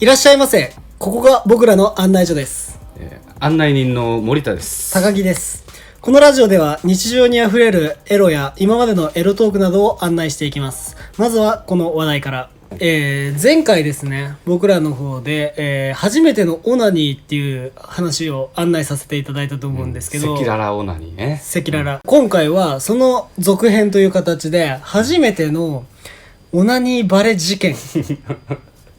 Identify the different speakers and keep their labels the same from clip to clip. Speaker 1: いらっしゃいませ。ここが僕らの案内所です。
Speaker 2: えー案内人の森田です。
Speaker 1: 高木です。このラジオでは日常にあふれるエロや今までのエロトークなどを案内していきます。まずはこの話題から。えー、前回ですね、僕らの方で、えー初めてのオナニーっていう話を案内させていただいたと思うんですけど、
Speaker 2: 赤裸々オナニーね。
Speaker 1: 赤裸々。今回はその続編という形で、初めてのオナニーバレ事件っ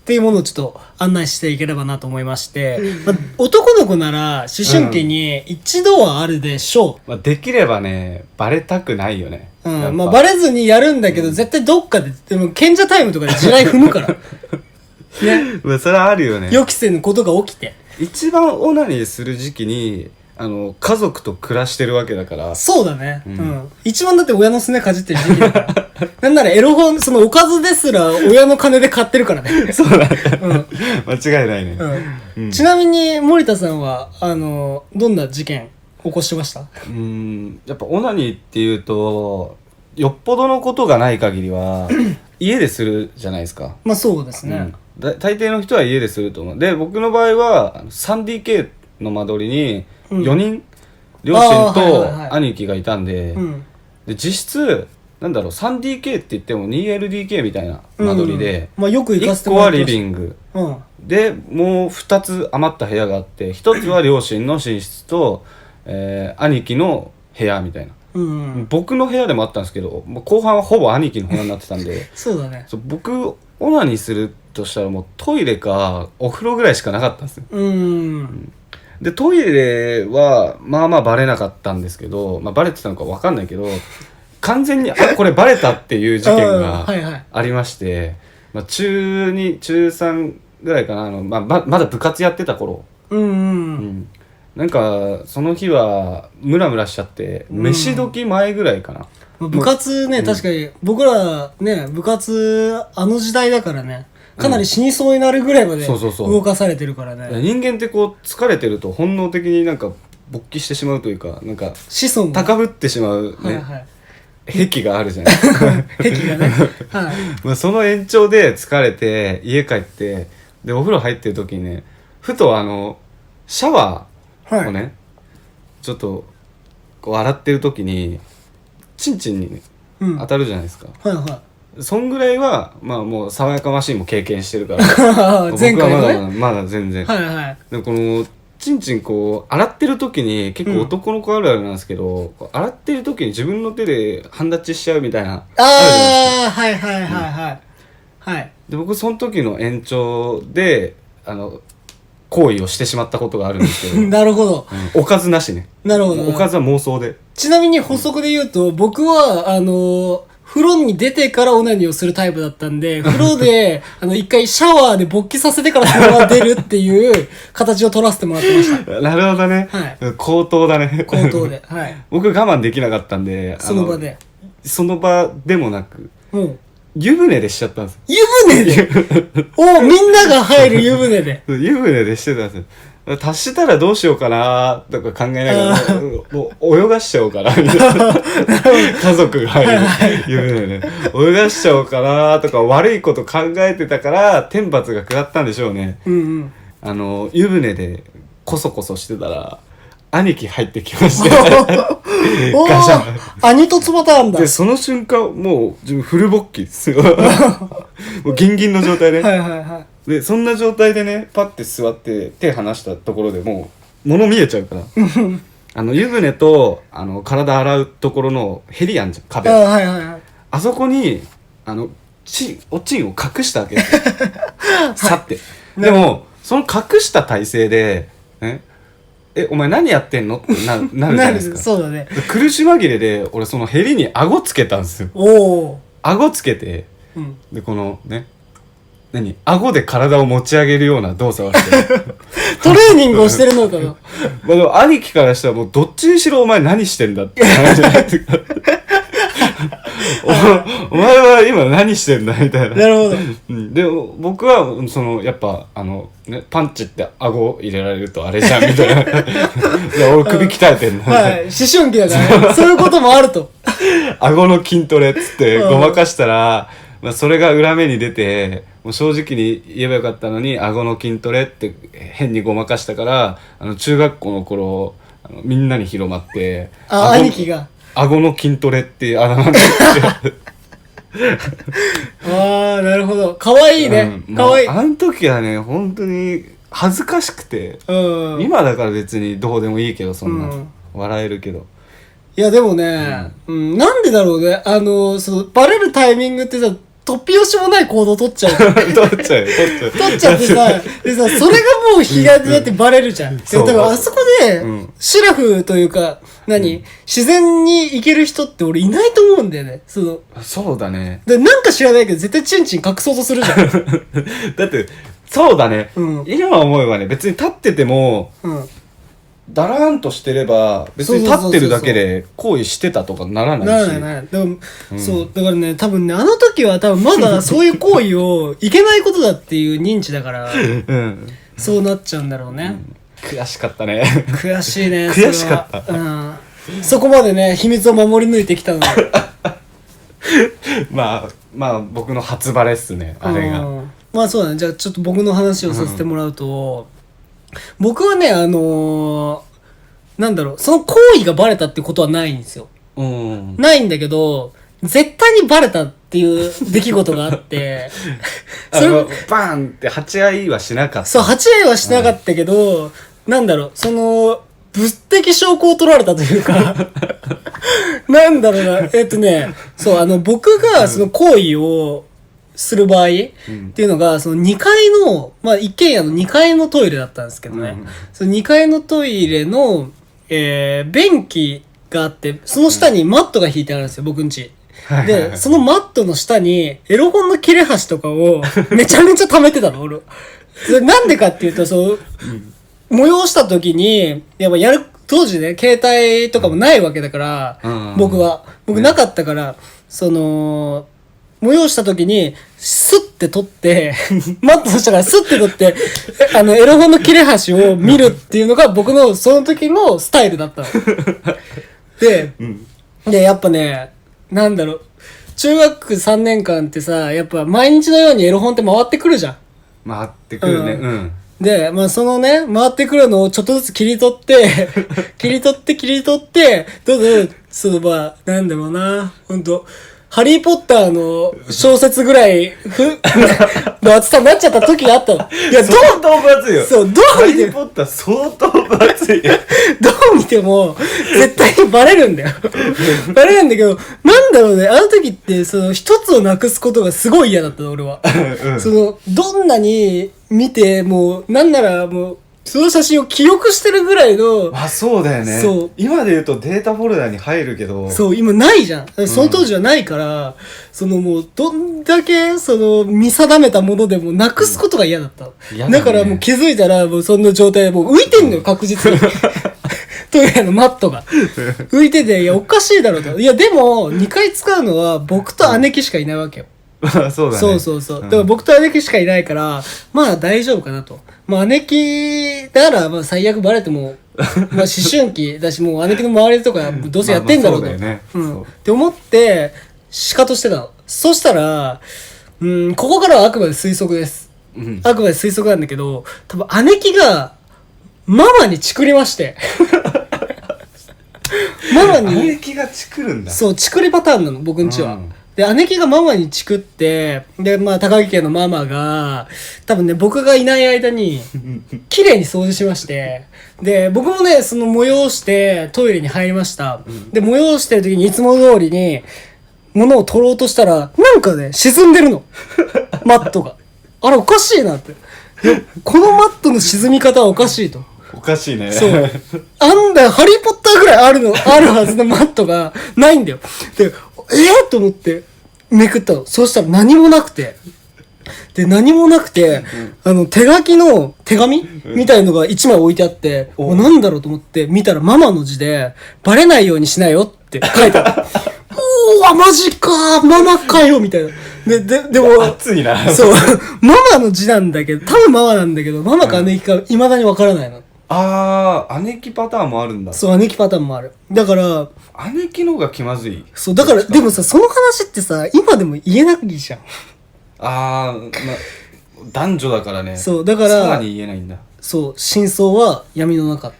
Speaker 1: ていうものをちょっと案内していければなと思いまして、まあ男の子なら思春期に一度はあるでしょ
Speaker 2: まあ、できればね、バレたくないよね。
Speaker 1: う。う
Speaker 2: やっ
Speaker 1: ん。ま
Speaker 2: ぱ
Speaker 1: あ、バレずにやるんだけど、絶対どっかで、でも賢者タイムとかで地雷踏む から、
Speaker 2: まあそれはあるよね。
Speaker 1: 予期せぬことが起きて。
Speaker 2: 一番オナニーする時期に、あの、家族と暮らしてるわけだから、
Speaker 1: そうだね。うんん。一番だって親のすねかじってる時期だから。なんならエロ本、そのおかずですら親の金で買ってるからね。
Speaker 2: そうだね。
Speaker 1: うん。
Speaker 2: 間違いないね。
Speaker 1: うんちなみに森田さんはあのどんな事件起こしてました
Speaker 2: うん、やっぱオナニーっていうと、よっぽどのことがない限 りは、家でするじゃないですか。
Speaker 1: まあそうですね、
Speaker 2: うん、だ大抵の人は家ですると思うで僕の場合はあの 3DK の間取り
Speaker 1: うん
Speaker 2: に4人、両親
Speaker 1: あーはいはいはい
Speaker 2: と兄貴がいたんで,、
Speaker 1: うん
Speaker 2: で実質なんだろう 3DK って言っても 2LDK みたいな間取りで、
Speaker 1: うんまあ、よく行かせて
Speaker 2: 1
Speaker 1: も
Speaker 2: 個
Speaker 1: ら
Speaker 2: は
Speaker 1: って
Speaker 2: リ
Speaker 1: まし
Speaker 2: ビング
Speaker 1: たうん
Speaker 2: でもう2つ余った部屋があって1つは両親の寝室と、えー兄貴の部屋みたいな
Speaker 1: うん、うん、
Speaker 2: 僕の部屋でもあったんですけどもう後半はほぼ兄貴の部屋になってたんで
Speaker 1: そうだね
Speaker 2: そう僕オナニーするとしたらもうトイレかお風呂ぐらいしかなかったんですよ
Speaker 1: うん
Speaker 2: でトイレはまあまあバレなかったんですけど、まあ、バレてたのか分かんないけど完全にあこれバレたっていう事件
Speaker 1: うん
Speaker 2: が
Speaker 1: はいはい
Speaker 2: ありまして、まあ、中2中3ぐらいかなあの、まあ、ままだ部活やってた頃、
Speaker 1: うんう
Speaker 2: うんん、なんかその日はムラムラしちゃって
Speaker 1: うん
Speaker 2: 飯時前ぐらいかな、
Speaker 1: まあ部活ね、
Speaker 2: うん
Speaker 1: 確かに僕らね部活あの時代だからねかなり死にそうになるぐらいまで
Speaker 2: そうそうそう
Speaker 1: 動かされてるからね、
Speaker 2: 人間ってこう疲れてると本能的になんか勃起してしまうというかなんか
Speaker 1: 子孫が
Speaker 2: 高ぶってしまう、
Speaker 1: はい
Speaker 2: ね
Speaker 1: はい
Speaker 2: 癖があるじゃない ですか
Speaker 1: 壁がね、はい、
Speaker 2: まあその延長で疲れて家帰ってでお風呂入ってる時にねふとあのシャワ
Speaker 1: はい
Speaker 2: ーをね、ちょっとこう洗ってる時にチンチンに、ね、
Speaker 1: うん
Speaker 2: 当
Speaker 1: はい
Speaker 2: たるじゃないですか、
Speaker 1: は
Speaker 2: そんぐらいはまあもう爽やかマシンも経験してる から
Speaker 1: い前回
Speaker 2: 僕は
Speaker 1: のね
Speaker 2: まだまだまだ全然、
Speaker 1: はいはい
Speaker 2: でもこのチンチンこう洗ってる時に結構男の子あるあるなんですけど、こう洗ってる時に自分の手で半立ちしちゃうみたいな
Speaker 1: ああはいはいはいはい、はい
Speaker 2: で僕その時の延長であの行為をしてしまったことがあるんですけど、
Speaker 1: なるほど
Speaker 2: うんおかずなしね
Speaker 1: なるほど
Speaker 2: おかずは妄想で
Speaker 1: ちなみに補足で言うと僕はあのー風呂に出てからオナニーをするタイプだったん で、風呂で、あの、一回シャワーで勃起させてからそのまま出るっていう形を取らせてもらってま した。
Speaker 2: なるほどね、
Speaker 1: はい
Speaker 2: うん口頭だね
Speaker 1: 口頭で。はい。
Speaker 2: 僕我慢できなかったんであ
Speaker 1: その場で。
Speaker 2: その場でもなく
Speaker 1: うん。
Speaker 2: 湯船でしちゃったんです
Speaker 1: 湯船 でおみんなが入る湯船で。
Speaker 2: 湯船でしてたんですよ足したらどうしようかなとか考えなが
Speaker 1: あ
Speaker 2: ら もうもう泳がしちゃおうかなみたいな家族が入る 湯船で泳がしちゃおうかなとか悪いこと考えてたから天罰が下ったんでしょうね
Speaker 1: うんうん。
Speaker 2: あの湯船でこそこそしてたら兄貴入ってきまし
Speaker 1: お
Speaker 2: て
Speaker 1: お
Speaker 2: ガシャン
Speaker 1: あ、二とつパターンだ。
Speaker 2: でその瞬間もう自分フル勃起ですよ もうギンギンの状態 で、
Speaker 1: はいはいはい。
Speaker 2: でそんな状態でねパッて座って手離したところでもう物見えちゃう からあの湯船とあの体洗うところのヘリあんじゃん
Speaker 1: あ
Speaker 2: 壁あ
Speaker 1: はいはいはい。
Speaker 2: そこにあのちおちんを隠した わけですよさってでもその隠した体勢で「ね、えお前何やってんの?」って ななるじゃないですか
Speaker 1: そうだね。
Speaker 2: で苦し紛れで俺そのヘリに顎つけたんですよ
Speaker 1: おお。
Speaker 2: 顎つけて
Speaker 1: うん。
Speaker 2: でこのね何顎で体を持ち上げるよう な動作をして
Speaker 1: トレーニングをしてるのかな
Speaker 2: まあでも兄貴からしたらもうどっちにしろお前何してんだって話じゃないですか。 おお前は今何してんだみたいな。
Speaker 1: なるほど。
Speaker 2: うんでも僕はそのやっぱあの、ね、パンチって顎入れられるとあれじゃんみたいな。 いや俺首鍛えてんの、
Speaker 1: はい。思春期だからね。そういうこともあると。
Speaker 2: 顎の筋トレっつって
Speaker 1: うん
Speaker 2: ごまかしたら、まあ、それが裏目に出てもう正直に言えばよかったのに顎の筋トレって変にごまかしたからあの中学校の頃あのみんなに広まって
Speaker 1: あ
Speaker 2: 顎の
Speaker 1: 兄貴が
Speaker 2: 顎の筋トレっていうあだ名で
Speaker 1: ああなるほど可 愛いね
Speaker 2: うん
Speaker 1: 可愛い
Speaker 2: もうあの時はね本当に恥ずかしくて、
Speaker 1: うんい
Speaker 2: 今だから別にどうでもいいけどそんな、
Speaker 1: うん
Speaker 2: 笑えるけど
Speaker 1: やでもねうんなんでだろうねあのそのバレるタイミングってさ突拍子もない行動取っちゃ う
Speaker 2: 取っちゃう取っちゃう
Speaker 1: 取っちゃってさ、でさ、それがもう被害になってバレるじゃん。で、
Speaker 2: そ
Speaker 1: だ
Speaker 2: う
Speaker 1: からあそこで
Speaker 2: うん、
Speaker 1: シラフというか、何自然に行ける人って俺いないと思うんだよね。その、
Speaker 2: そうだね
Speaker 1: でなんか知らないけど絶対チンチン隠そうとする じゃん。
Speaker 2: だってそうだね、
Speaker 1: うん
Speaker 2: 今思えばね別に立ってても
Speaker 1: うん。
Speaker 2: だらーんとしてれば別に立ってるだけで行為してたとかならないし
Speaker 1: ならないならない。でも、
Speaker 2: うん
Speaker 1: そう、だからね、多分ね、あの時は多分ま だそういう行為をいけないことだっていう認知だ から、
Speaker 2: うん、
Speaker 1: そうなっちゃうんだろうね。
Speaker 2: 悔しかったね
Speaker 1: 悔しいね。
Speaker 2: 悔しかった
Speaker 1: それはうん。そこまでね、秘密を守り抜いてきたの。
Speaker 2: まあまあ僕の初バレっす ねあれが
Speaker 1: うんまあそうだねじゃあちょっと僕の話をさせてもらうと、僕はねあのーなんだろうその行為がバレたってことはないんですよ
Speaker 2: うん
Speaker 1: ないんだけど絶対にバレたっていう出来事があって
Speaker 2: あ
Speaker 1: それ
Speaker 2: のバーンって鉢合いはしなかった
Speaker 1: そう8円はしなかったけど、なんだろうその物的証拠を取られたという かなんだろうなえっとねそうあの僕がその行為をする場合、
Speaker 2: うん
Speaker 1: っていうのが、その2階の、まあ一軒家の2階のトイレだったんですけどね。
Speaker 2: うん
Speaker 1: その2階のトイレの、えー、便器があって、その下にマットが引いてあるんですよ、僕んち。
Speaker 2: はいはいは
Speaker 1: で、
Speaker 2: い
Speaker 1: そのマットの下に、エロ本の切れ端とかを、めちゃめちゃ溜めてたの、 俺。それなんでかっていうと、その、催した時に、やっぱやる、当時ね、携帯とかもないわけだから、
Speaker 2: うん
Speaker 1: 僕は。僕なかったから、その、催した時に、スッて取って、 マットの下からスッて取って、えあの、エロ本の切れ端を見るっていうのが僕のその時のスタイルだった の。で、
Speaker 2: ん
Speaker 1: で、やっぱね、なんだろう、中学3年間ってさ、やっぱ毎日のようにエロ本って回ってくるじゃん。
Speaker 2: 回ってくるね
Speaker 1: う
Speaker 2: うん
Speaker 1: で、まあそのね、回ってくるのをちょっとずつ切り取 って、切り取って切り取って、どうぞ、そのまあ、なんだろうな、ほんと、ハリーポッターの小説ぐらい、 ふ、の厚さになっちゃった時があったの。いや、ど、
Speaker 2: 相当分厚いうよ
Speaker 1: そう、ど
Speaker 2: ハ
Speaker 1: う
Speaker 2: リ
Speaker 1: 見ても、
Speaker 2: ー・ポッター相当分厚いよ
Speaker 1: どう見ても、絶対にバレるんだ よ。バレるんだけど、なんだろうね、あの時って、その一つをなくすことがすごい嫌だったの、俺は。
Speaker 2: うん
Speaker 1: そのどんなに見てもうなんならもうその写真を記憶してるぐらいの
Speaker 2: あそうだよね
Speaker 1: そう
Speaker 2: 今で言うとデータフォルダに入るけど
Speaker 1: そう今ないじゃんその当時はないから、そのもうどんだけその見定めたものでもなくすことが嫌だった、
Speaker 2: 嫌だね
Speaker 1: だからもう気づいたらもうそんな状態でもう浮いてんのよ確実にトイレのマットが浮いてていやおかしいだろうといやでも2回使うのは僕と姉貴しかいないわけよ、
Speaker 2: まあ そうだね
Speaker 1: そうそうそう。
Speaker 2: ん
Speaker 1: だから僕と姉貴しかいないから、まあ大丈夫かなと。まあ姉貴なら、まあ最悪バレて も、まあ思春期だし、もう姉貴の周りとか、どうせやってんだろうと。
Speaker 2: まあまあそうだよね
Speaker 1: うん。
Speaker 2: そう
Speaker 1: って思って、仕方してたの。そしたら、うん、ここからはあくまで推測です。
Speaker 2: うん
Speaker 1: あくまで推測なんだけど、多分姉貴が、ママにチクりま して。ママに。
Speaker 2: 姉貴がチクるんだ
Speaker 1: そう、チクリパターンなの、僕んちは。
Speaker 2: うん
Speaker 1: で、姉貴がママにチクって、で、まあ、高木家のママが、多分ね、僕がいない間 に、綺麗に掃除しまして、で、僕もね、その催して、トイレに入りました。で、催してる時にいつも通りに、物を取ろうとしたら、なんかね、沈んでる の。マットが。あれ、おかしいなって。いやこのマットの沈み方はおかしいと。
Speaker 2: おかしいね
Speaker 1: そう。 あんだよ、ハリーポッターぐらいあるの、あるはずのマットがないんだよ。で、えー、と思ってめくったの。そうしたら何もなくて。で、何もなくて、あの、手書きの手紙みたいのが1枚置いてあって、
Speaker 2: お
Speaker 1: おなんだろうと思って見たらママの字で、バレないようにしなよって書いてあ った。おー、マジかー、ママかよ、みたいな。で、で、でも、
Speaker 2: 熱いな
Speaker 1: そう、 ママの字なんだけど、多分ママなんだけど、ママか姉貴か未だにわからないの。
Speaker 2: ああ姉貴パターンもあるんだ
Speaker 1: そう、姉貴パターンもある。だから、
Speaker 2: 姉貴の方が気まずい
Speaker 1: そう、だから、でもさ、その話ってさ、今でも言えなくいいじゃん。
Speaker 2: ああ、ま、男女だからね。
Speaker 1: そうだから
Speaker 2: さらに言えないんだ。
Speaker 1: そう真相は闇の中っ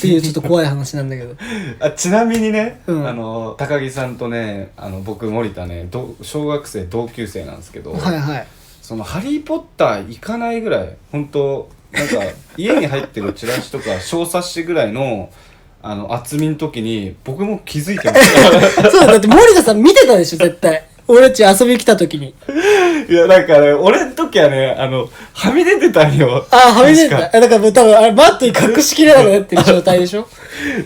Speaker 1: ていうちょっと怖い話なんだ けど
Speaker 2: あちなみにね、
Speaker 1: うん
Speaker 2: あの高木さんとねあの僕森田ねど小学生同級生なんですけど、
Speaker 1: はいはい
Speaker 2: その「ハリー・ポッター」行かないぐらい本当なんか家に入ってるチラシとか小冊子ぐらいのあの厚みの時に僕も気づいてまし
Speaker 1: そうだって森田さん見てたでしょ絶対俺たち遊びに来た時に
Speaker 2: た いやなんかね俺の時はねあのはみ出てたんよ
Speaker 1: ああはみ出てた
Speaker 2: 確か
Speaker 1: えだからもう多分あれバットに隠しきれなくなってる状態でし ょ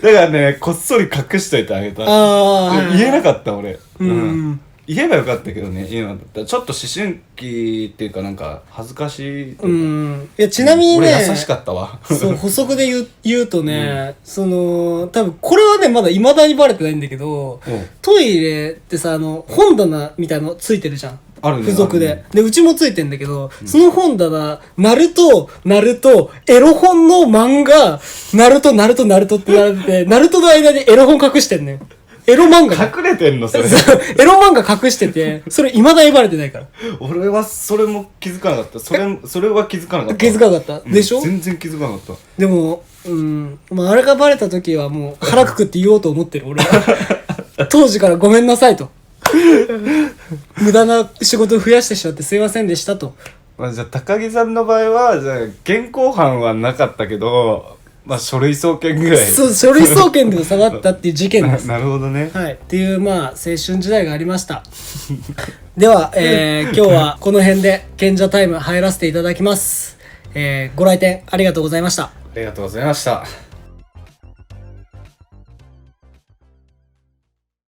Speaker 2: だからねこっそり隠しといてあげた
Speaker 1: ああ
Speaker 2: 言えなかった俺
Speaker 1: うんうん
Speaker 2: 言えばよかったけどね言えなかったちょっと思春期っていうかなんか恥ずかしいっていうか
Speaker 1: うんいやちなみにね
Speaker 2: 俺優しかっ たわ
Speaker 1: そう補足で言う言うとね、その多分これはねまだいまだにバレてないんだけど
Speaker 2: うん
Speaker 1: トイレってさあの本棚みたいのついてるじゃん
Speaker 2: あるね
Speaker 1: 付属
Speaker 2: あ
Speaker 1: で、
Speaker 2: るね
Speaker 1: でうちもついてんだけど、その本棚ナルトナルトエロ本の漫画ナルトナルトナルトって並べて ナルトの間にエロ本隠してんねんエロ漫画だ
Speaker 2: 隠れてんのそ れ
Speaker 1: そうエロ漫画隠しててそれいまだにバレてないから
Speaker 2: 俺はそれも気づかなかったそれそれは気づかなかった
Speaker 1: 気づかなかった
Speaker 2: うん
Speaker 1: でしょ、
Speaker 2: 全然気づかなかっ
Speaker 1: でも、うん、まあ、あれがバレた時はもう腹くくって言おうと思ってる、俺 は。当時からごめんなさいと。無駄な仕事を増やしてしまってすいませんでしたと。
Speaker 2: た、まあ、じゃあ高木さんの場合はじゃあ現行犯はなかったけどまあ書類送検ぐらい
Speaker 1: そう、書類送検でも下がったっていう事件
Speaker 2: な
Speaker 1: です。
Speaker 2: なるほどね
Speaker 1: はい。っていう、まあ、青春時代がありました。では、えー、今日はこの辺で賢者タイム入らせていただきます。えー、ご来店ありがとうございました。
Speaker 2: ありがとうございました